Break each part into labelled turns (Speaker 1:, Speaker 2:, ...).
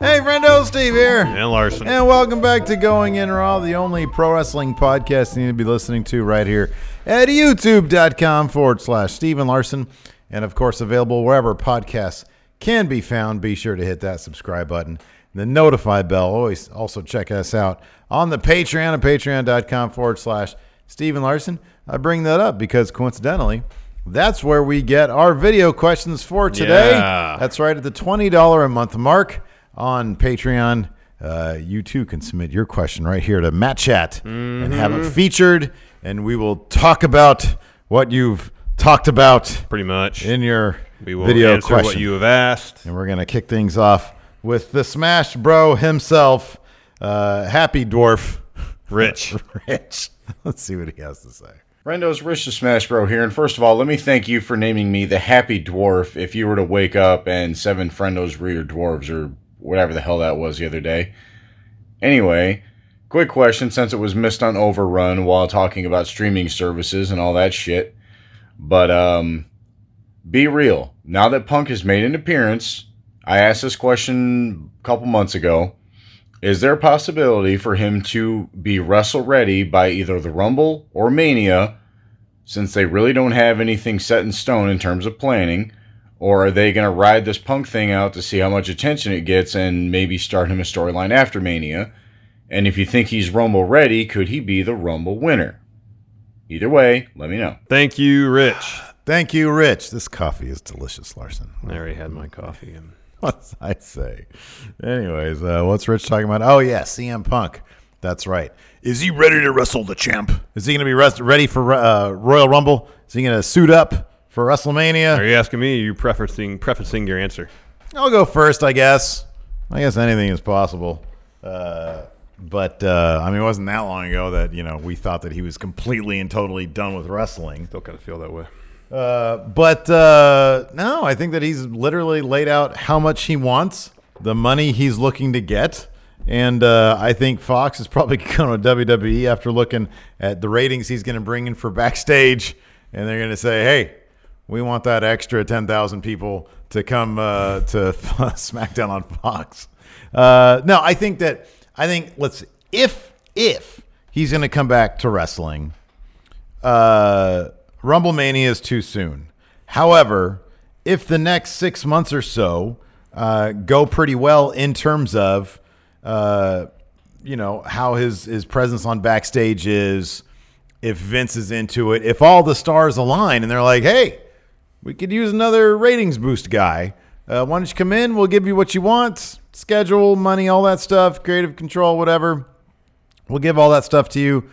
Speaker 1: Hey, friendo, Steve here.
Speaker 2: And Larson.
Speaker 1: And welcome back to Going In Raw, the only pro wrestling podcast you need to be listening to right here at youtube.com forward slash Steven Larson. And of course, available wherever podcasts can be found. Be sure to hit that subscribe button, the notify bell. Always also check us out on the Patreon at patreon.com forward slash Steven Larson. I bring that up because coincidentally, that's where we get our video questions for today.
Speaker 2: Yeah.
Speaker 1: That's right at the $20 a month mark on Patreon. Uh, you too can submit your question right here to Matt Chat and have
Speaker 2: Mm-hmm.
Speaker 1: it featured, and we will talk about what you've talked about
Speaker 2: Pretty much.
Speaker 1: in your
Speaker 2: we will
Speaker 1: video
Speaker 2: answer
Speaker 1: question.
Speaker 2: what you have asked.
Speaker 1: and we're going to kick things off with the Smash Bro himself, uh, Happy Dwarf
Speaker 2: Rich.
Speaker 1: Rich. Let's see what he has to say.
Speaker 3: Rendo's Rich the Smash Bro here, and first of all, let me thank you for naming me the Happy Dwarf. If you were to wake up and seven Friendos rear dwarves or whatever the hell that was the other day. Anyway, quick question since it was missed on Overrun while talking about streaming services and all that shit. But um, be real. Now that Punk has made an appearance, I asked this question a couple months ago. Is there a possibility for him to be wrestle ready by either the Rumble or Mania, since they really don't have anything set in stone in terms of planning? Or are they going to ride this punk thing out to see how much attention it gets and maybe start him a storyline after Mania? And if you think he's Rumble ready, could he be the Rumble winner? Either way, let me know.
Speaker 2: Thank you, Rich.
Speaker 1: Thank you, Rich. This coffee is delicious, Larson.
Speaker 2: I already had my coffee. and-
Speaker 1: What's I say? Anyways, uh, what's Rich talking about? Oh yeah, CM Punk. That's right. Is he ready to wrestle the champ? Is he going to be rest- ready for uh, Royal Rumble? Is he going to suit up for WrestleMania?
Speaker 2: Are you asking me? Are you prefacing prefacing your answer?
Speaker 1: I'll go first, I guess. I guess anything is possible. Uh, but uh, I mean, it wasn't that long ago that you know we thought that he was completely and totally done with wrestling.
Speaker 2: Still kind of feel that way.
Speaker 1: Uh, but uh, no, I think that he's literally laid out how much he wants, the money he's looking to get. And uh, I think Fox is probably going to WWE after looking at the ratings he's going to bring in for backstage. And they're going to say, hey, we want that extra 10,000 people to come uh, to SmackDown on Fox. Uh, no, I think that, I think, let's, if, if he's going to come back to wrestling, uh, Rumble Mania is too soon. However, if the next six months or so uh, go pretty well in terms of, uh, you know, how his his presence on backstage is, if Vince is into it, if all the stars align and they're like, hey, we could use another ratings boost guy. Uh, why don't you come in? We'll give you what you want, schedule, money, all that stuff, creative control, whatever. We'll give all that stuff to you.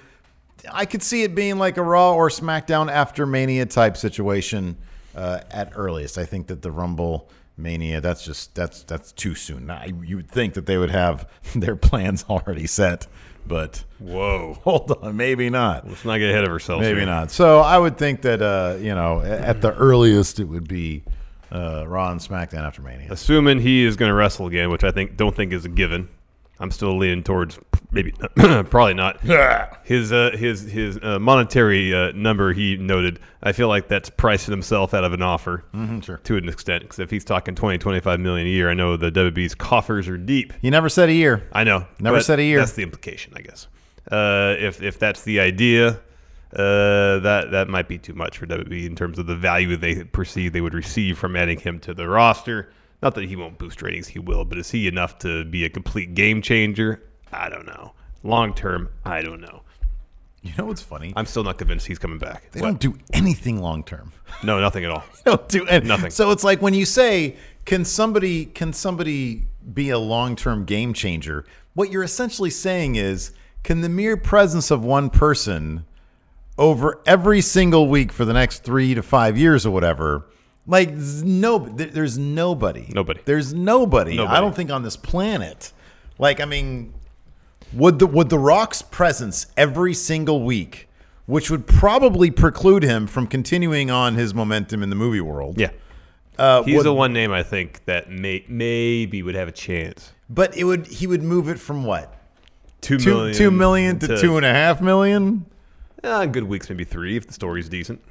Speaker 1: I could see it being like a Raw or SmackDown after Mania type situation uh, at earliest. I think that the Rumble Mania that's just that's that's too soon. I, you would think that they would have their plans already set, but
Speaker 2: Whoa.
Speaker 1: hold on, maybe not.
Speaker 2: Let's not get ahead of ourselves.
Speaker 1: Maybe
Speaker 2: here.
Speaker 1: not. So I would think that uh, you know a- at the earliest it would be uh, Raw and SmackDown after Mania.
Speaker 2: Assuming he is going to wrestle again, which I think don't think is a given. I'm still leaning towards maybe probably not. his uh, his his uh, monetary uh, number he noted. I feel like that's pricing himself out of an offer
Speaker 1: Mm-hmm, sure.
Speaker 2: to an extent. Because if he's talking 20, 25 million a year, I know the WB's coffers are deep.
Speaker 1: He never said a year.
Speaker 2: I know.
Speaker 1: Never
Speaker 2: but
Speaker 1: said a year.
Speaker 2: That's the implication, I guess. Uh, if if that's the idea, uh, that that might be too much for WWE in terms of the value they perceive they would receive from adding him to the roster. Not that he won't boost ratings, he will, but is he enough to be a complete game changer? I don't know. Long term, I don't know.
Speaker 1: You know what's funny?
Speaker 2: I'm still not convinced he's coming back.
Speaker 1: they don't do anything long term.
Speaker 2: No, nothing at all.
Speaker 1: don't do anything.
Speaker 2: Nothing.
Speaker 1: So it's like when you say, "Can somebody? Can somebody be a long-term game changer?" What you're essentially saying is, can the mere presence of one person over every single week for the next three to five years or whatever Like z- no, there- there's nobody.
Speaker 2: Nobody.
Speaker 1: There's nobody.
Speaker 2: Nobody.
Speaker 1: I don't think on this planet. Like I mean, would the would the Rock's presence every single week, which would probably preclude him from continuing on his momentum in the movie world.
Speaker 2: Yeah.
Speaker 1: uh,
Speaker 2: He's
Speaker 1: would-
Speaker 2: the one name I think that may, maybe would have a chance.
Speaker 1: But it would he would move it from what
Speaker 2: Two
Speaker 1: two
Speaker 2: million,
Speaker 1: two million to, two and a half million.
Speaker 2: uh, good weeks, maybe three if the story's decent.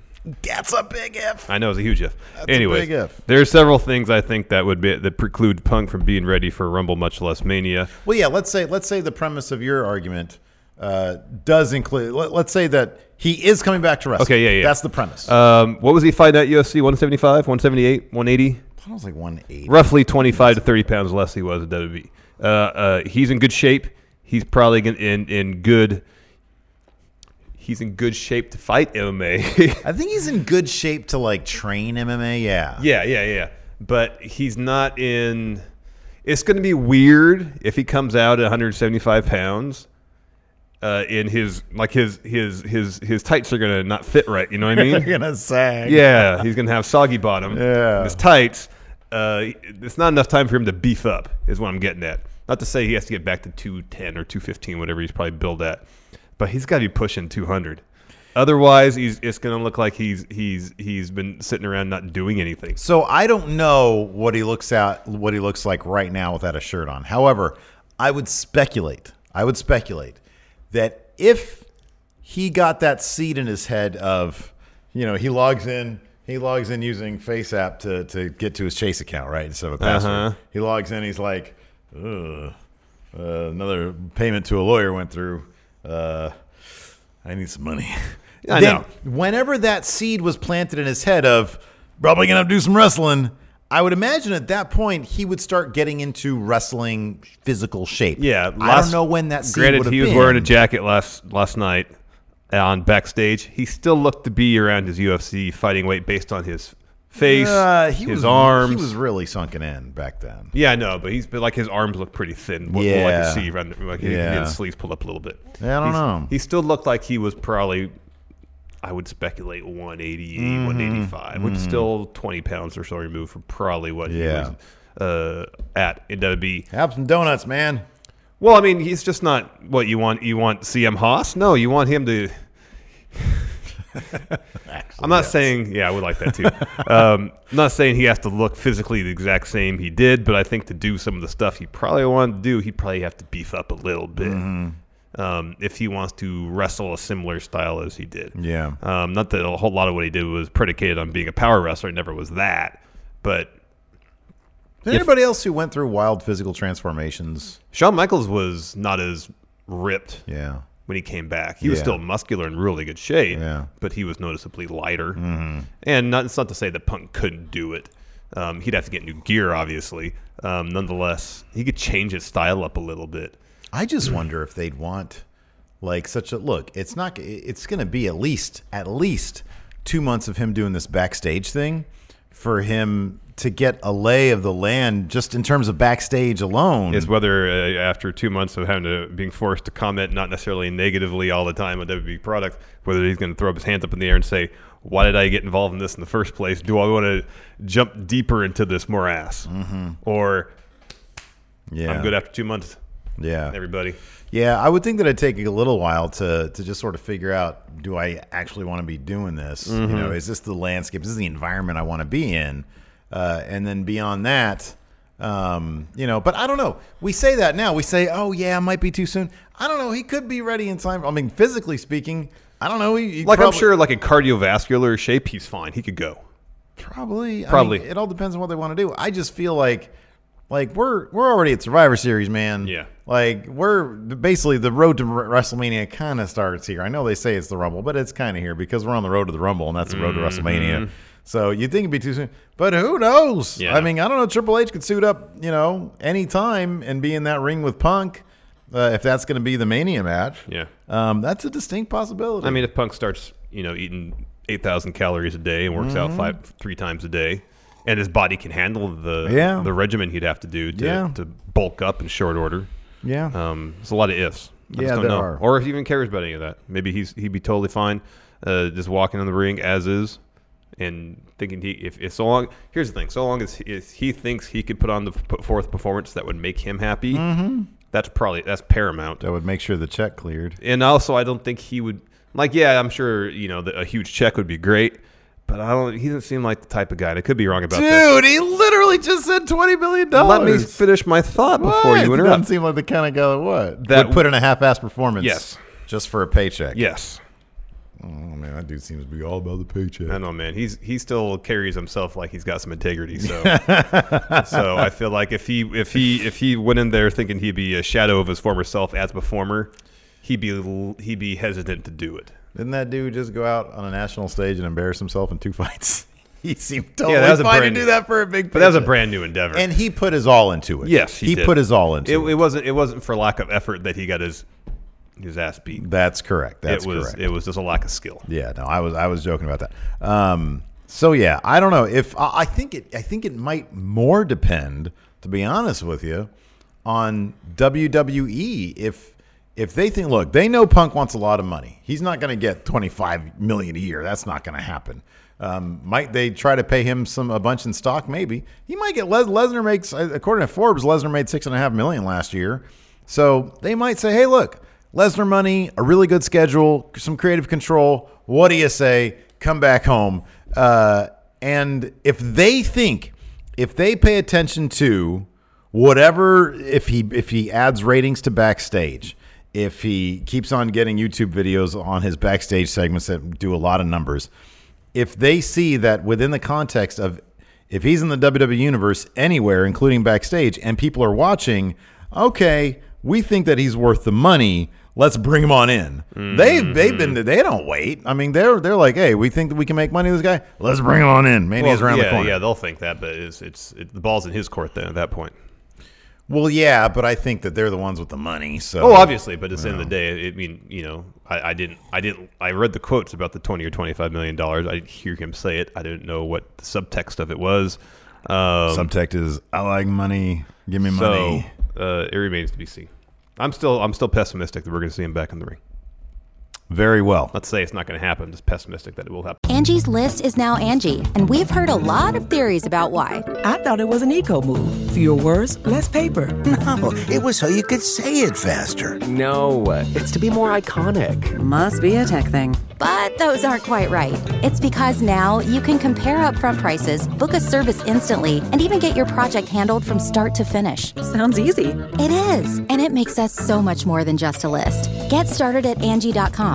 Speaker 1: That's a big if.
Speaker 2: I know it's a huge if.
Speaker 1: a
Speaker 2: Anyways,
Speaker 1: big if.
Speaker 2: there are several things I think that would be that preclude Punk from being ready for Rumble, much less Mania.
Speaker 1: Well, yeah. Let's say let's say the premise of your argument uh, does include. Let, let's say that he is coming back to wrestling.
Speaker 2: Okay, yeah, yeah.
Speaker 1: That's the premise.
Speaker 2: Um, what was he fighting at UFC? 175, 178, 180?
Speaker 1: I was like one eighty.
Speaker 2: Roughly 25 to 30 pounds less he was at WWE. Uh, uh, he's in good shape. He's probably in, in, in good. He's in good shape to fight MMA.
Speaker 1: I think he's in good shape to like train MMA. Yeah.
Speaker 2: Yeah, yeah, yeah. But he's not in. It's going to be weird if he comes out at 175 pounds. Uh, in his like his his his his tights are gonna not fit right. You know what I
Speaker 1: You're
Speaker 2: mean?
Speaker 1: gonna sag.
Speaker 2: yeah, he's gonna have soggy bottom.
Speaker 1: Yeah.
Speaker 2: his tights. Uh, it's not enough time for him to beef up. Is what I'm getting at. Not to say he has to get back to 210 or 215, whatever he's probably billed at, but he's got to be pushing 200. Otherwise, he's it's gonna look like he's he's he's been sitting around not doing anything.
Speaker 1: So I don't know what he looks at, what he looks like right now without a shirt on. However, I would speculate. I would speculate that if he got that seed in his head of, you know, he logs in, he logs in using Face App to to get to his Chase account, right, instead of a password. He logs in, he's like, Ugh, uh, another payment to a lawyer went through. Uh, I need some money.
Speaker 2: I
Speaker 1: Then,
Speaker 2: know.
Speaker 1: Whenever that seed was planted in his head of probably gonna do some wrestling, I would imagine at that point he would start getting into wrestling physical shape.
Speaker 2: Yeah,
Speaker 1: I
Speaker 2: last-
Speaker 1: don't know when that seed
Speaker 2: Granted,
Speaker 1: would have
Speaker 2: he was
Speaker 1: been.
Speaker 2: wearing a jacket last last night on backstage. He still looked to be around his UFC fighting weight based on his face,
Speaker 1: Uh, he
Speaker 2: his
Speaker 1: was,
Speaker 2: arms.
Speaker 1: He was really sunken in back then.
Speaker 2: yeah, I know, but he's but like his arms look pretty thin. What, yeah, like
Speaker 1: Yeah.
Speaker 2: you see around, like he- he
Speaker 1: Yeah.
Speaker 2: had his sleeves pulled up a little bit.
Speaker 1: Yeah, I don't
Speaker 2: He's-
Speaker 1: know.
Speaker 2: He still looked like he was probably. I would speculate 180,
Speaker 1: Mm-hmm.
Speaker 2: 185, which is still 20 pounds or so removed from probably what
Speaker 1: Yeah.
Speaker 2: he was uh, at in WWE.
Speaker 1: Have some donuts, man.
Speaker 2: Well, I mean, he's just not what you want. You want CM Haas? No, you want him to. I'm not saying, yeah, I would like that too. um, I'm not saying he has to look physically the exact same he did, but I think to do some of the stuff he probably wanted to do, he'd probably have to beef up a little bit um, if he wants to wrestle a similar style as he did.
Speaker 1: Yeah.
Speaker 2: Um, not that a whole lot of what he did was predicated on being a power wrestler. It never was that. But
Speaker 1: Did anybody else who went through wild physical transformations?
Speaker 2: Shawn Michaels was not as ripped
Speaker 1: Yeah.
Speaker 2: when he came back. He was
Speaker 1: Yeah.
Speaker 2: still muscular and really good shape,
Speaker 1: Yeah.
Speaker 2: but he was noticeably lighter. And not, it's not to say that Punk couldn't do it. Um, he'd have to get new gear, obviously. Um, nonetheless, he could change his style up a little bit.
Speaker 1: I just
Speaker 2: Mm.
Speaker 1: wonder if they'd want like such a look. It's not. It's going to be at least at least two months of him doing this backstage thing for him to get a lay of the land just in terms of backstage alone.
Speaker 2: Is whether uh, after two months of having to being forced to comment, not necessarily negatively all the time on WWE product, whether he's going to throw up his hands up in the air and say, "Why did I get involved in this in the first place? Do I want to jump deeper into this morass?" Mm-hmm. Or
Speaker 1: yeah,
Speaker 2: I'm good after two months,
Speaker 1: yeah,
Speaker 2: everybody.
Speaker 1: yeah. I would think that it'd take a little while to to just sort of figure out: Do I actually want to be doing this?
Speaker 2: Mm-hmm.
Speaker 1: You know, is this the landscape? Is this the environment I want to be in? Uh, and then beyond that. Um, you know, but I don't know. We say that now. We say, "Oh yeah, it might be too soon." I don't know. He could be ready in time. I mean, physically speaking, I don't know. He, he
Speaker 2: Like
Speaker 1: probably-
Speaker 2: I'm sure, like in cardiovascular shape, he's fine. He could go.
Speaker 1: probably, I
Speaker 2: Probably.
Speaker 1: mean, it all depends on what they want to do. I just feel like, like we're we're already at Survivor Series, man.
Speaker 2: Yeah.
Speaker 1: Like we're basically the road to WrestleMania kind of starts here. I know they say it's the Rumble, but it's kind of here because we're on the road to the Rumble, and that's the road to WrestleMania. So you would think it'd be too soon, but who knows?
Speaker 2: Mm-hmm. Yeah.
Speaker 1: I mean, I don't know. Triple H could suit up, you know, any time and be in that ring with Punk. Uh, if that's going to be the Mania match,
Speaker 2: Yeah.
Speaker 1: um, that's a distinct possibility.
Speaker 2: I mean, if Punk starts, you know, eating eight thousand calories a day and works out five, three times a day, and his body can handle the
Speaker 1: Yeah.
Speaker 2: the regimen he'd have to do to,
Speaker 1: Yeah.
Speaker 2: to bulk up in short order.
Speaker 1: yeah,
Speaker 2: Um, there's a lot of ifs. I
Speaker 1: Yeah,
Speaker 2: just don't
Speaker 1: there
Speaker 2: know.
Speaker 1: are.
Speaker 2: Or if he even cares about any of that. Maybe he's he'd be totally fine, uh, just walking in the ring as is, and thinking he if, if so long here's the thing so long as he, as he thinks he could put on the put forth performance that would make him happy
Speaker 1: Mm-hmm.
Speaker 2: that's probably that's paramount
Speaker 1: That would make sure the check cleared.
Speaker 2: and also I don't think he would like. Yeah, I'm sure you know the, a huge check would be great, but I don't. He doesn't seem like the type of guy. And I could be wrong about this.
Speaker 1: he literally just said twenty million
Speaker 2: Let me finish my thought before you
Speaker 1: doesn't
Speaker 2: interrupt.
Speaker 1: seem like the kind of guy that would
Speaker 2: That-
Speaker 1: would put in a half-ass performance.
Speaker 2: Yes.
Speaker 1: just for a paycheck.
Speaker 2: yes,
Speaker 1: Oh man, that dude seems to be all about the paycheck.
Speaker 2: I know, man. He's he still carries himself like he's got some integrity. So, so I feel like if he if he if he went in there thinking he'd be a shadow of his former self as a performer, he'd be l- he'd be hesitant to do it.
Speaker 1: Didn't that dude just go out on a national stage and embarrass himself in two fights? he seemed totally
Speaker 2: Yeah, that was a
Speaker 1: fine to
Speaker 2: brand-
Speaker 1: do that for a big.
Speaker 2: But that was a
Speaker 1: paycheck.
Speaker 2: brand new endeavor.
Speaker 1: And he put his all into it.
Speaker 2: Yes, he, did.
Speaker 1: put his all into
Speaker 2: it,
Speaker 1: it.
Speaker 2: it. wasn't. It wasn't for lack of effort that he got his his ass beat.
Speaker 1: That's correct. That's
Speaker 2: it was.
Speaker 1: correct.
Speaker 2: It was just a lack of skill.
Speaker 1: Yeah, no, I was I was joking about that. Um, so yeah, I don't know if I, I think it I think it might more depend, to be honest with you, on WWE if if they think look they know Punk wants a lot of money. He's not going to get twenty five million a year. That's not going to happen. Um, might they try to pay him some a bunch in stock? Maybe he might get Les, Lesnar makes according to Forbes Lesnar made six and a half million last year. So they might say, hey, look, Lesnar money, a really good schedule, some creative control. What do you say? Come back home. Uh, and if they think, if they pay attention to whatever, if he if he adds ratings to backstage, if he keeps on getting YouTube videos on his backstage segments that do a lot of numbers, if they see that within the context of if he's in the WWE universe anywhere, including backstage, and people are watching, okay, we think that he's worth the money. Let's bring him on in. They've
Speaker 2: Mm-hmm.
Speaker 1: they've been they don't wait. I mean they're they're like, hey, we think that we can make money. with This guy, let's bring him on in. Mania's around
Speaker 2: yeah,
Speaker 1: the corner.
Speaker 2: yeah, they'll think that, but it's it's it, the ball's in his court then at that point.
Speaker 1: Well, yeah, but I think that they're the ones with the money. So
Speaker 2: Oh, obviously, but at the end of the day, I mean, you know, I, I didn't, I didn't, I read the quotes about the twenty or twenty-five million dollars. I didn't hear him say it. I didn't know what the subtext of it was. Um,
Speaker 1: subtext is I like money. Give me
Speaker 2: so
Speaker 1: money.
Speaker 2: uh, it remains to be seen. I'm still, I'm still pessimistic that we're going to see him back in the ring.
Speaker 1: Very well.
Speaker 2: Let's say it's not going to happen. Just pessimistic that it will happen.
Speaker 4: Angie's list is now Angie, and we've heard a lot of theories about why.
Speaker 5: I thought it was an eco move. Fewer words, less paper.
Speaker 6: No, it was so you could say it faster.
Speaker 7: No, it's to be more iconic.
Speaker 8: Must be a tech thing.
Speaker 4: But those aren't quite right. It's because now you can compare upfront prices, book a service instantly, and even get your project handled from start to finish.
Speaker 8: Sounds easy.
Speaker 4: It is, and it makes us so much more than just a list. Get started at Angie.com.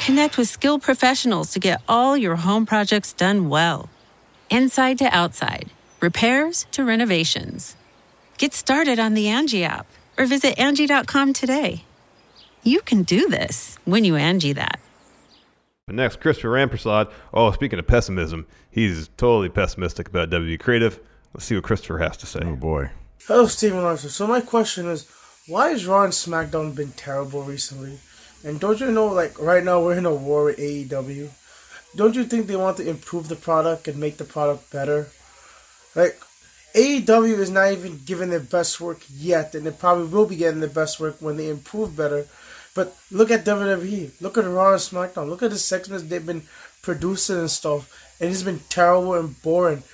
Speaker 9: Connect with skilled professionals to get all your home projects done well. Inside to outside, repairs to renovations. Get started on the Angie app or visit Angie.com today. You can do this when you Angie that.
Speaker 2: But next, Christopher Rampersad. Oh, speaking of pessimism, he's totally pessimistic about W Creative. Let's see what Christopher has to say.
Speaker 1: Oh boy.
Speaker 10: Hello, Steven Larson. So my question is, why has Raw and SmackDown been terrible recently? And don't you know, like right now we're in a war with AEW, E don't you think they want to improve the product and make the product better? Like, AEW is not even giving their best work yet, and they probably will be getting their best work when they improve better. But look at WWE. Look at Raw and SmackDown. Look at the segments they've been producing and stuff, and it's been terrible and boring.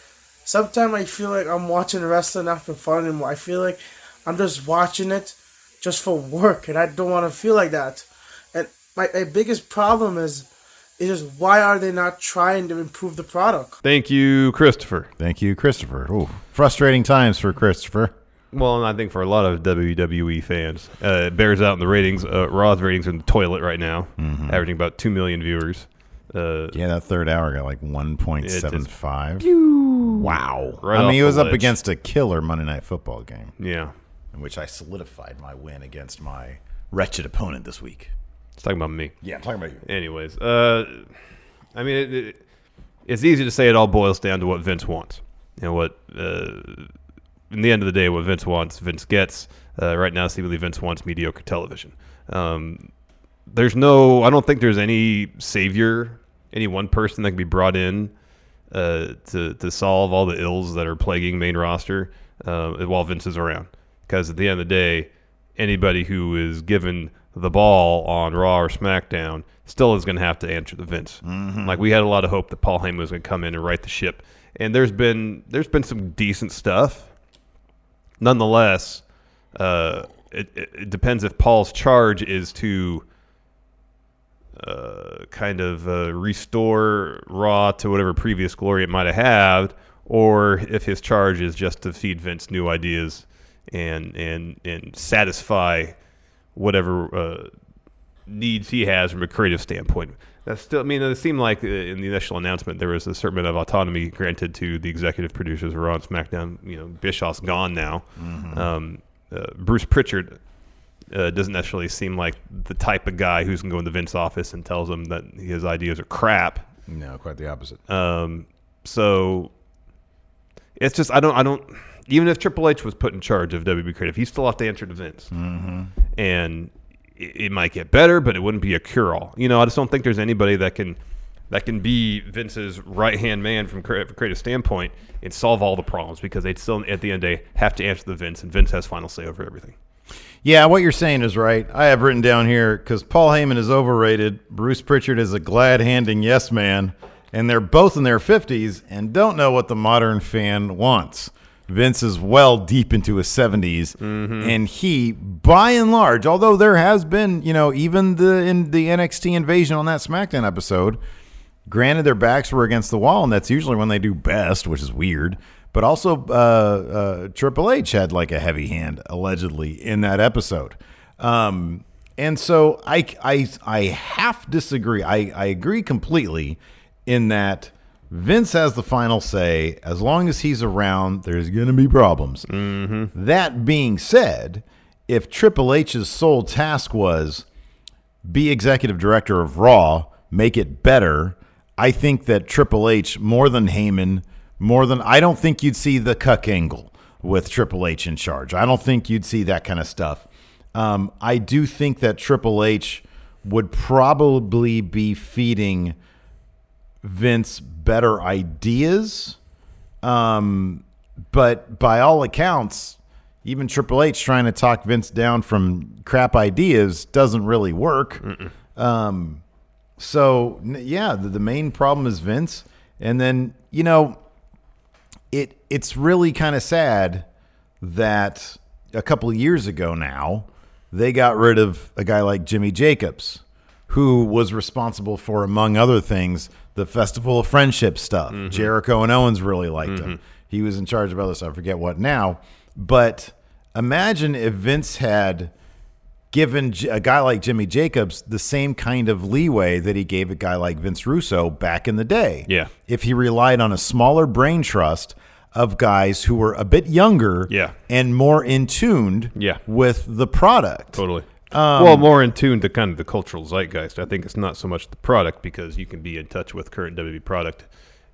Speaker 10: Sometimes I feel like I'm watching wrestling not for fun anymore. I feel like I'm just watching it just for work, and I don't want to feel like that. And my, my biggest problem is, is just why are they not trying to improve the product?
Speaker 2: Thank you, Christopher.
Speaker 1: Thank you, Christopher. Ooh, frustrating times for Christopher.
Speaker 2: Well, and I think for a lot of WWE fans, uh, it bears out in the ratings. Uh, Raw's ratings are in the toilet right now, averaging about 2 million viewers. Uh,
Speaker 1: Yeah, that third hour got like 1.75.
Speaker 2: wow.
Speaker 1: I mean, he was up against a killer Monday Night Football game.
Speaker 2: Yeah.
Speaker 1: In which I solidified my win against my wretched opponent this week.
Speaker 2: It's talking about me.
Speaker 1: Yeah, I'm talking about you.
Speaker 2: Anyways, uh, I mean, it, it, it's easy to say it all boils down to what Vince wants and what, uh, in the end of the day, what Vince wants, Vince gets. Uh, right now, seemingly Vince wants mediocre television. Um, there's no, I don't think there's any savior, any one person that can be brought in uh, to to solve all the ills that are plaguing main roster uh, while Vince is around. Because at the end of the day, anybody who is given the ball on Raw or SmackDown still is going to have to answer to Vince. Like we had a lot of hope that Paul Heyman was going to come in and right the ship, and there's been there's been some decent stuff nonetheless, uh, it, it, it depends if Paul's charge is to uh, kind of uh, restore Raw to whatever previous glory it might have had, or if his charge is just to feed Vince new ideas and and and satisfy whatever uh, needs he has from a creative standpoint. That's still, I mean, it seemed like uh, in the initial announcement there was a certain amount of autonomy granted to the executive producers who were on SmackDown. You know, Bischoff's gone now. Um, uh, Bruce Pritchard uh, doesn't necessarily seem like the type of guy who's going to go into Vince's office and tells him that his ideas are crap.
Speaker 1: No, quite the opposite.
Speaker 2: Um, so it's just I don't I don't even if Triple H was put in charge of WB Creative, he still have to answer to Vince, mm-hmm. and it, it might get better, but it wouldn't be a cure all. You know, I just don't think there's anybody that can that can be Vince's right hand man from cre- a creative standpoint and solve all the problems because they'd still at the end of the day have to answer to Vince, and Vince has final say over everything.
Speaker 1: Yeah, what you're saying is right. I have written down here because Paul Heyman is overrated, Bruce Pritchard is a glad handing yes man, and they're both in their 50s and don't know what the modern fan wants. Vince is well deep into his 70s, and he, by and large, although there has been, you know, even the in the NXT invasion on that SmackDown episode, Granted, their backs were against the wall, and that's usually when they do best, which is weird. But also, uh, uh, Triple H had like a heavy hand allegedly in that episode, um, and so I I I half disagree. I I agree completely in that Vince has the final say. As long as he's around, there's going to be problems. That being said, if Triple H's sole task was be executive director of Raw, make it better. I think that Triple H more than Heyman, more than I don't think you'd see the cuck angle with Triple H in charge. I don't think you'd see that kind of stuff. Um, I do think that Triple H would probably be feeding Vince better ideas. Um, but by all accounts, even Triple H trying to talk Vince down from crap ideas doesn't really work. Um, so n- yeah, the, the main problem is Vince, and then you know, it it's really kind of sad that a couple of years ago now they got rid of a guy like Jimmy Jacobs, who was responsible for, among other things, the Festival of Friendship stuff. Jericho and Owens really liked him. He was in charge of other stuff. I forget what now, but imagine if Vince had given J- a guy like Jimmy Jacobs the same kind of leeway that he gave a guy like Vince Russo back in the day.
Speaker 2: Yeah.
Speaker 1: If he relied on a smaller brain trust of guys who were a bit younger
Speaker 2: Yeah.
Speaker 1: and more in tuned
Speaker 2: Yeah.
Speaker 1: with the product.
Speaker 2: Totally.
Speaker 1: Um,
Speaker 2: well, more in tune to kind of the cultural zeitgeist. I think it's not so much the product because you can be in touch with current WWE product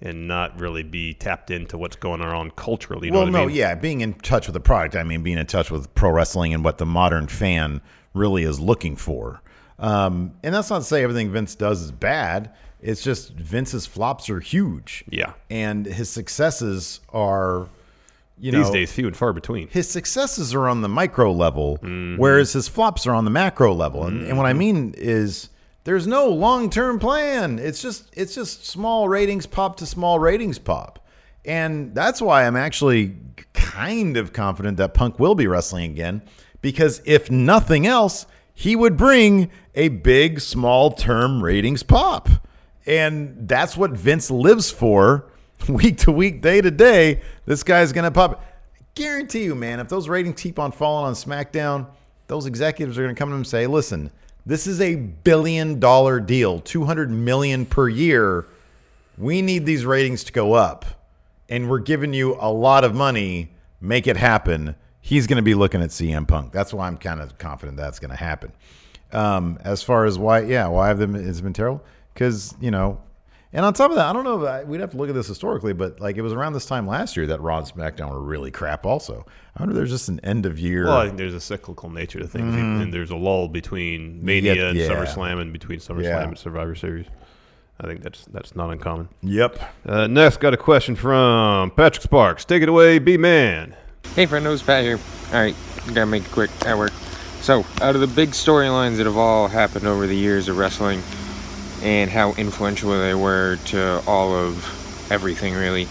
Speaker 2: and not really be tapped into what's going on culturally. You
Speaker 1: well,
Speaker 2: know what
Speaker 1: no,
Speaker 2: I mean?
Speaker 1: yeah, being in touch with the product. I mean, being in touch with pro wrestling and what the modern fan really is looking for. Um, and that's not to say everything Vince does is bad. It's just Vince's flops are huge.
Speaker 2: Yeah.
Speaker 1: And his successes are, you
Speaker 2: These
Speaker 1: know,
Speaker 2: days, few and far between.
Speaker 1: his successes are on the micro level, whereas his flops are on the macro level. And, and what I mean is there's no long term plan. It's just it's just small ratings pop to small ratings pop. And that's why I'm actually kind of confident that Punk will be wrestling again, because if nothing else, he would bring a big small term ratings pop. And that's what Vince lives for week to week, day to day. This guy's going to pop guarantee you, man, if those ratings keep on falling on SmackDown, those executives are going to come to him and say, listen, this is a billion dollar deal, 200 million per year. We need these ratings to go up. And we're giving you a lot of money. Make it happen. He's going to be looking at CM Punk. That's why I'm kind of confident that's going to happen. Um, as far as why, yeah, why have them, it's been terrible? Because, you know, and on top of that, I don't know. I- We'd have to look at this historically, but like it was around this time last year that Raw and SmackDown were really crap. Also, I wonder if there's just an end of year.
Speaker 2: Well, I think there's a cyclical nature to things,
Speaker 1: Mhm.
Speaker 2: and there's a lull between Mania
Speaker 1: Yep,
Speaker 2: and
Speaker 1: yeah.
Speaker 2: SummerSlam, and between SummerSlam
Speaker 1: Yeah.
Speaker 2: and Survivor Series. I think that's that's not uncommon.
Speaker 1: Yep.
Speaker 2: Uh, next, got a question from Patrick Sparks. Take it away, B man.
Speaker 11: Hey, friendos, Pat here. All right, gotta make it quick at work. So, out of the big storylines that have all happened over the years of wrestling and how influential they were to all of everything, really,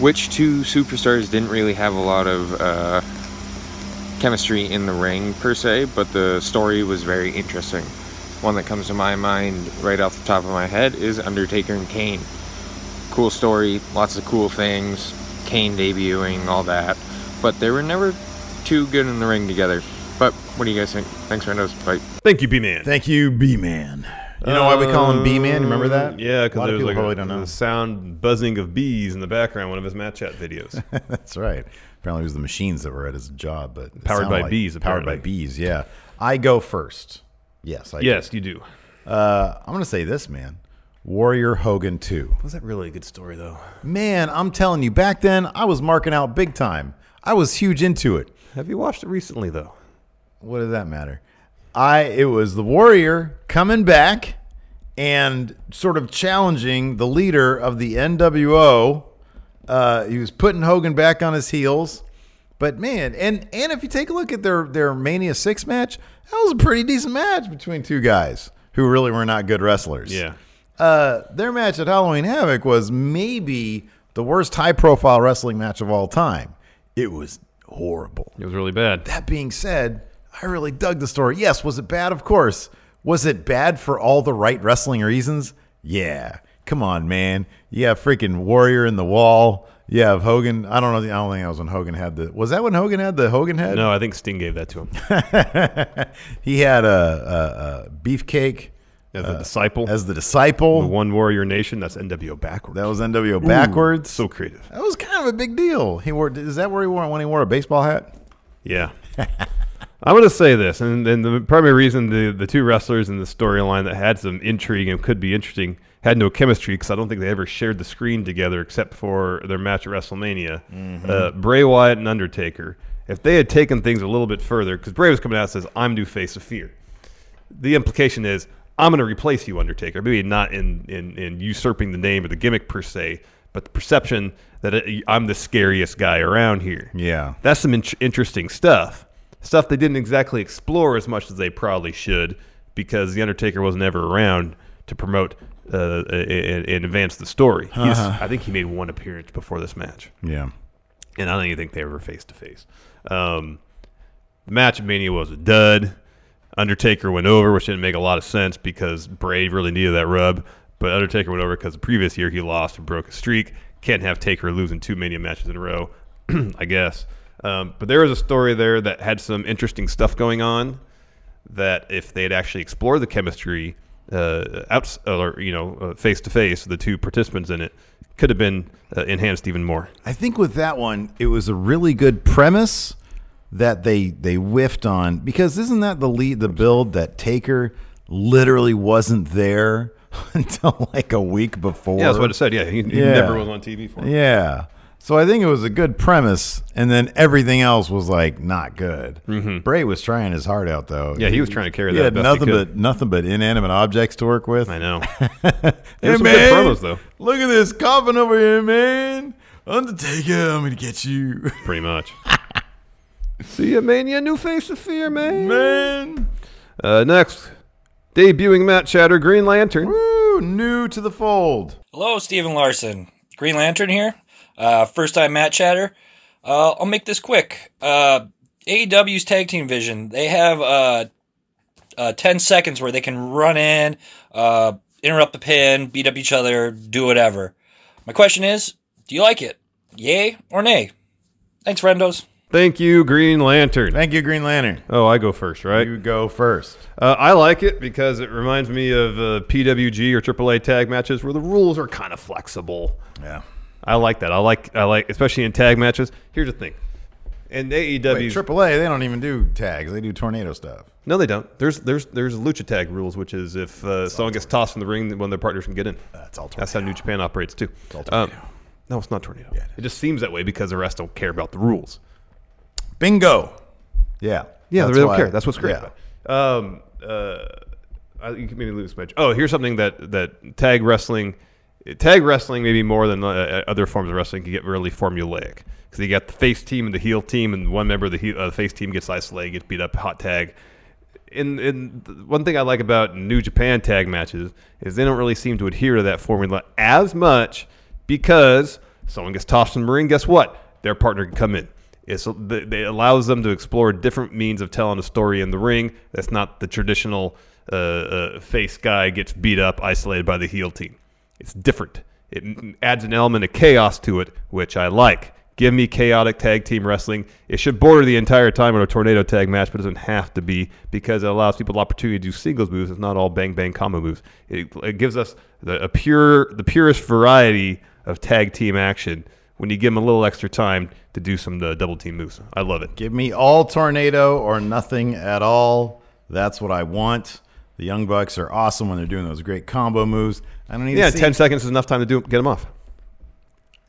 Speaker 11: which two superstars didn't really have a lot of uh, chemistry in the ring, per se, but the story was very interesting? One that comes to my mind right off the top of my head is Undertaker and Kane. Cool story, lots of cool things, Kane debuting, all that but they were never too good in the ring together. But what do you guys think? Thanks, Randos. Bye.
Speaker 2: Thank you, B man.
Speaker 1: Thank you, B man. You know why we call him B man? Remember that?
Speaker 2: Mm, Yeah,
Speaker 1: a
Speaker 2: because
Speaker 1: lot of
Speaker 2: there's
Speaker 1: people
Speaker 2: like
Speaker 1: probably
Speaker 2: a,
Speaker 1: don't
Speaker 2: the
Speaker 1: know.
Speaker 2: sound buzzing of bees in the background. One of his match chat videos.
Speaker 1: That's right. Apparently, it was the machines that were at his job, but it
Speaker 2: Powered
Speaker 1: sounded
Speaker 2: by
Speaker 1: like-
Speaker 2: bees,
Speaker 1: Powered by
Speaker 2: apparently.
Speaker 1: bees. Yeah. I go first. Yes. I
Speaker 2: Yes, you do.
Speaker 1: Uh, I'm gonna say this, man. Warrior Hogan two.
Speaker 2: was that really a good story though?
Speaker 1: Man, I'm telling you, back then I was marking out big time. I was huge into it.
Speaker 2: Have you watched it recently though?
Speaker 1: What does that matter? I it was the warrior coming back and sort of challenging the leader of the NWO. Uh, he was putting Hogan back on his heels. But man, and and if you take a look at their their Mania six match, that was a pretty decent match between two guys who really were not good wrestlers.
Speaker 2: Yeah.
Speaker 1: Uh, their match at Halloween Havoc was maybe the worst high profile wrestling match of all time. It was horrible.
Speaker 2: It was really bad.
Speaker 1: That being said, I really dug the story. Yes, was it bad? Of course. Was it bad for all the right wrestling reasons? Yeah. Come on, man. You have freaking Warrior in the wall. You have Hogan. I don't know. I don't think that was when Hogan had the. Was that when Hogan had the Hogan head?
Speaker 2: No, I think Sting gave that to him.
Speaker 1: He had a, a, a beefcake
Speaker 2: As a disciple.
Speaker 1: Uh, As the disciple.
Speaker 2: The One Warrior Nation. That's NWO backwards.
Speaker 1: That was NWO backwards.
Speaker 2: so creative.
Speaker 1: That was kind of a big deal. He wore. Is that where he wore when he wore a baseball hat?
Speaker 2: Yeah. I'm going to say this, and, and the primary reason the, the two wrestlers in the storyline that had some intrigue and could be interesting had no chemistry because I don't think they ever shared the screen together except for their match at WrestleMania. Uh, Bray Wyatt and Undertaker. If they had taken things a little bit further, because Bray was coming out and says, I'm new face of fear. The implication is, I'm going to replace you, Undertaker. Maybe not in, in, in usurping the name or the gimmick per se, but the perception that uh, I'm the scariest guy around here.
Speaker 1: Yeah.
Speaker 2: That's some in- interesting stuff. Stuff they didn't exactly explore as much as they probably should because The Undertaker wasn't ever around to promote uh, and, and advance the story. He's,
Speaker 1: Uh-huh.
Speaker 2: I think he made one appearance before this match,
Speaker 1: Yeah.
Speaker 2: and I don't even think they were face to face. Um, The match at Mania was a dud. Undertaker went over, which didn't make a lot of sense because Bray really needed that rub. But Undertaker went over because the previous year he lost and broke a streak. Can't have Taker losing two Mania matches in a row, I guess. Um, but there was a story there that had some interesting stuff going on. That if they had actually explored the chemistry, uh, outs- or you know, face to face, the two participants in it could have been uh, enhanced even more.
Speaker 1: I think with that one, it was a really good premise that they they whiffed on because isn't that the lead the build that Taker literally wasn't there until like a week before?
Speaker 2: Yeah, that's what it said. Yeah, he, he
Speaker 1: Yeah.
Speaker 2: never was on TV for. it.
Speaker 1: Yeah. So I think it was a good premise, and then everything else was like not good. Bray was trying his heart out though.
Speaker 2: Mm-hmm. Yeah, he was trying to carry
Speaker 1: he
Speaker 2: that
Speaker 1: Had
Speaker 2: best he
Speaker 1: nothing
Speaker 2: could.
Speaker 1: but nothing but inanimate objects to work with. I
Speaker 2: know.
Speaker 1: hey
Speaker 2: There's some
Speaker 1: man,
Speaker 2: good promos though.
Speaker 1: look at this coffin over here, man. Undertaker, I'm gonna get you.
Speaker 2: Pretty much.
Speaker 1: See ya, mania, new face of fear, man. Man,
Speaker 2: Uh, next, debuting Matt Shatter, Green Lantern.
Speaker 1: Woo, new to the fold.
Speaker 12: Hello, Stephen Larson. Green Lantern here. Uh, first time Matt Chatter. Uh, I'll make this quick. Uh, AEW's Tag Team Vision, they have uh, uh, 10 seconds where they can run in, uh, interrupt the pin, beat up each other, do whatever. My question is do you like it? Yay or nay? Thanks, friendos.
Speaker 2: Thank you, Green Lantern.
Speaker 1: Thank you, Green Lantern.
Speaker 2: Oh, I go first, right? You
Speaker 1: go first.
Speaker 2: Uh, I like it because it reminds me of uh, PWG or AAA tag matches where the rules are kind of flexible.
Speaker 1: Yeah.
Speaker 2: I like that. I like I like especially in tag matches. Here's the thing. E And AEW
Speaker 1: Wait, AAA, they don't even do tags. They do tornado stuff.
Speaker 2: No, they don't. There's there's there's lucha tag rules, which is if uh, someone gets tossed from the ring, then one of their partners can get in.
Speaker 1: That's all.
Speaker 2: That's how New Japan operates too. Um, no, it's not tornado. it, just seems that way because the rest don't care about the rules.
Speaker 1: Bingo. Yeah.
Speaker 2: Yeah,
Speaker 1: That's
Speaker 2: they don't
Speaker 1: why-
Speaker 2: care. That's what's great.
Speaker 1: yeah.
Speaker 2: about it. Um, uh, I, you can maybe lose my. Oh, here's something that that tag wrestling, tag wrestling maybe more than uh, other forms of wrestling can get really formulaic because you got the face team and the heel team, and one member of the heel, uh, face team gets isolated, gets beat up, hot tag. And and th- one thing I like about New Japan tag matches is they don't really seem to adhere to that formula as much because someone gets tossed in the ring. Guess what? Their partner can come in. It's, th- it allows them to explore different means of telling a story in the ring. That's not the traditional uh, uh, face guy gets beat up, isolated by the heel team. It's different. It m- adds an element of chaos to it, which I like. Give me chaotic tag team wrestling. It should border the entire time on a tornado tag match, but it doesn't have to be because it allows people the opportunity to do singles moves. It's not all bang bang combo moves. It, it gives us the a pure the purest variety of tag team action when you give them a little extra time to do some of the double team moves. I love it.
Speaker 1: Give me all tornado or nothing at all. That's what I want. The Young Bucks are awesome when they're doing those great combo moves. I don't need
Speaker 2: Yeah,
Speaker 1: to see,
Speaker 2: 10 seconds is enough time to do get them off.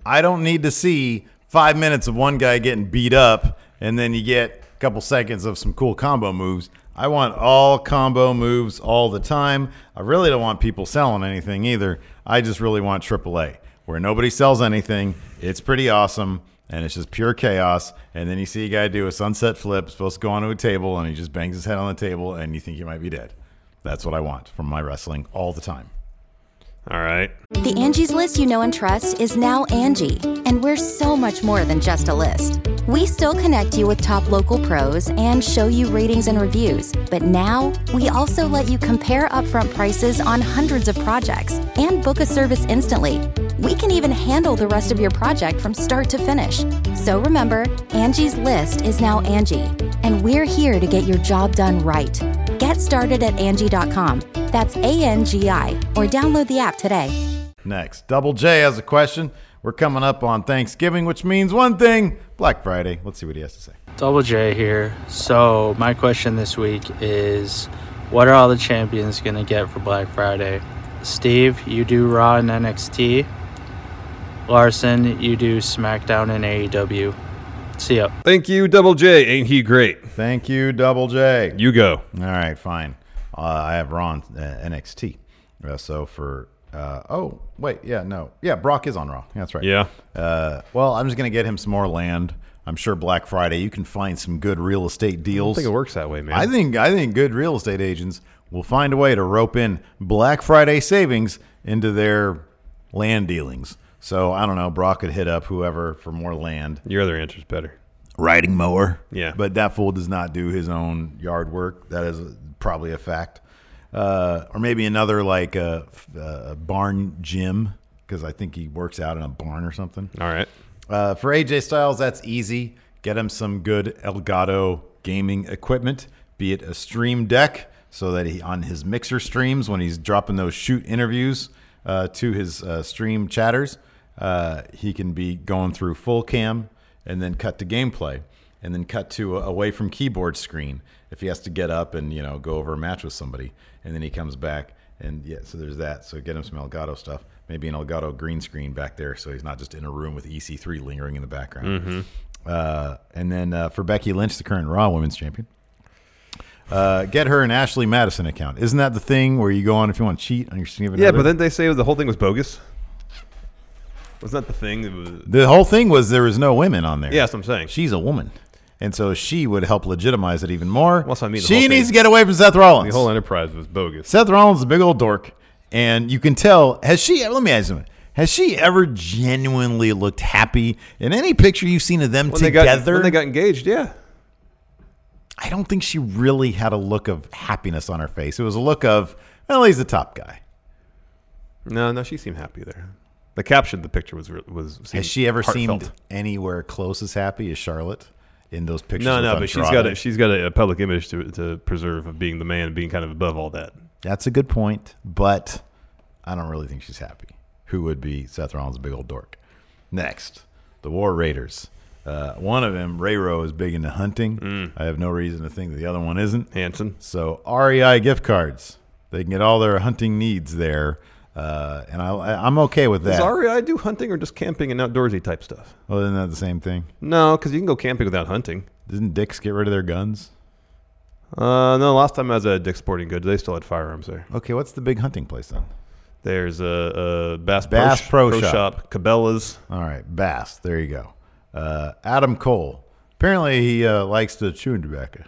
Speaker 1: I don't need to see five minutes of one guy getting beat up and then you get a couple seconds of some cool combo moves. I want all combo moves all the time. I really don't want people selling anything either. I just really want AAA where nobody sells anything. It's pretty awesome and it's just pure chaos. And then you see a guy do a sunset flip, supposed to go onto a table, and he just bangs his head on the table and you think he might be dead. That's what I want from my wrestling all the time.
Speaker 2: All right.
Speaker 4: The Angie's list you know and trust is now Angie, and we're so much more than just a list. We still connect you with top local pros and show you ratings and reviews, but now we also let you compare upfront prices on hundreds of projects and book a service instantly. We can even handle the rest of your project from start to finish. So remember, Angie's list is now Angie, and we're here to get your job done right. Get started at Angie.com. That's A N G I, or download the app today.
Speaker 1: Next, Double J has a question. We're coming up on Thanksgiving, which means one thing Black Friday. Let's see what he has to say.
Speaker 13: Double J here. So, my question this week is what are all the champions going to get for Black Friday? Steve, you do Raw and NXT. Larson, you do SmackDown and AEW. See ya.
Speaker 2: Thank you, Double J. Ain't he great?
Speaker 1: Thank you, Double J.
Speaker 2: You go.
Speaker 1: All right, fine. Uh, I have Raw and, uh, NXT. Uh, so for, uh, oh, wait, yeah, no. Yeah, Brock is on Raw. That's right.
Speaker 2: Yeah.
Speaker 1: Uh, well, I'm just going to get him some more land. I'm sure Black Friday, you can find some good real estate deals.
Speaker 2: think it works that way, man.
Speaker 1: I think, I think good real estate agents will find a way to rope in Black Friday savings into their land dealings. So I don't know. Brock could hit up whoever for more land.
Speaker 2: Your other answer's better.
Speaker 1: Riding mower.
Speaker 2: Yeah.
Speaker 1: But that fool does not do his own yard work. That is probably a fact. Uh, or maybe another like a, a barn gym because I think he works out in a barn or something.
Speaker 2: All right.
Speaker 1: Uh, for AJ Styles, that's easy. Get him some good Elgato gaming equipment, be it a stream deck, so that he on his mixer streams when he's dropping those shoot interviews uh, to his uh, stream chatters, uh, he can be going through full cam and then cut to gameplay and then cut to a away from keyboard screen if he has to get up and you know go over a match with somebody and then he comes back And yeah, so there's that. So get him some Elgato stuff. Maybe an Elgato green screen back there, so he's not just in a room with EC3 lingering in the background.
Speaker 2: Mhm.
Speaker 1: Uh, and then uh, for Becky Lynch, the current Raw Women's Champion, uh, get her an Ashley Madison account. Isn't that the thing where you go on if you want to cheat on your significant
Speaker 2: Yeah,
Speaker 1: other?
Speaker 2: but then they say the whole thing was bogus. Wasn't that the thing? It was-
Speaker 1: The whole thing was there was no women on there.
Speaker 2: Yeah, that's what I'm saying.
Speaker 1: She's a woman. And so she would help legitimize it even more.
Speaker 2: I mean, the
Speaker 1: she
Speaker 2: whole
Speaker 1: needs
Speaker 2: thing-
Speaker 1: to get away from Seth Rollins.
Speaker 2: The whole enterprise was bogus.
Speaker 1: Seth Rollins is a big old dork. And you can tell, has she, let me ask you, something. has she ever genuinely looked happy in any picture you've seen of them
Speaker 2: When they got-
Speaker 1: together?
Speaker 2: when they got engaged, yeah.
Speaker 1: I don't think she really had a look of happiness on her face. It was a look of, well, he's the top guy.
Speaker 2: No, no, she seemed happy there. The caption of the picture was re- was.
Speaker 1: Has she ever seemed anywhere close as happy as Charlotte in those pictures?
Speaker 2: No,
Speaker 1: with
Speaker 2: no, but she's
Speaker 1: Andrade?
Speaker 2: got a, she's got a, a public image to to preserve of being the man, and being kind of above all that.
Speaker 1: That's a good point, but I don't really think she's happy. Who would be Seth Rollins' big old dork? Next, the War Raiders. Uh, one of them, Ray Rowe, is big into hunting. I have no reason to think that the other one isn't.
Speaker 2: Hanson.
Speaker 1: So REI gift cards. They can get all their hunting needs there, uh, and I, I, I'm okay with
Speaker 2: Does
Speaker 1: that.
Speaker 2: REI do hunting or just camping and outdoorsy type stuff?
Speaker 1: Well, isn't that the same thing?
Speaker 2: No, because you can go camping without hunting.
Speaker 1: Didn't dicks get rid of their guns?
Speaker 2: Uh, no, last time I was at Dick's Sporting Goods, they still had firearms there.
Speaker 1: Okay, what's the big hunting place then?
Speaker 2: There's a, a Bass,
Speaker 1: Bass
Speaker 2: Sh-
Speaker 1: Pro, Shop.
Speaker 2: Cabela's.
Speaker 1: All right, Bass. There you go. Uh, Adam Cole. Apparently, he uh, likes to chew and tobacco.